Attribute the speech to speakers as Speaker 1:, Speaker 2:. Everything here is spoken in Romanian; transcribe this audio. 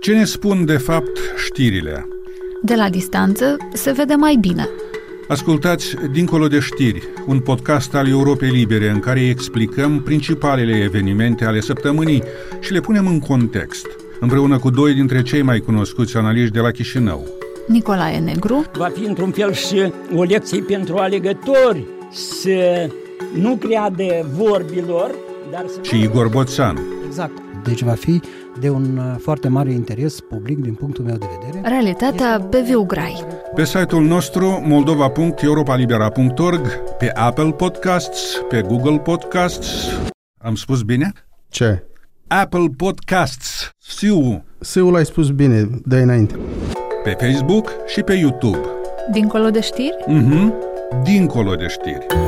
Speaker 1: Ce ne spun de fapt știrile?
Speaker 2: De la distanță se vede mai bine.
Speaker 1: Ascultați Dincolo de știri, un podcast al Europei Libere în care explicăm principalele evenimente ale săptămânii și le punem în context, împreună cu doi dintre cei mai cunoscuți analiști de la Chișinău.
Speaker 2: Nicolae Negru
Speaker 3: Va fi într-un fel și o lecție pentru alegători să nu creadă vorbilor, dar să...
Speaker 1: și Igor Boțan.
Speaker 4: Exact. Deci va fi de un uh, foarte mare interes public din punctul meu de vedere.
Speaker 2: Realitatea pe viu grai.
Speaker 1: Pe site-ul nostru moldova.europalibera.org, pe Apple Podcasts, pe Google Podcasts, am spus bine?
Speaker 5: Ce?
Speaker 1: Apple Podcasts, SIU,
Speaker 5: Sâul ai spus bine, de înainte.
Speaker 1: pe Facebook și pe YouTube.
Speaker 2: Dincolo de știri?
Speaker 1: Mhm. Dincolo de știri.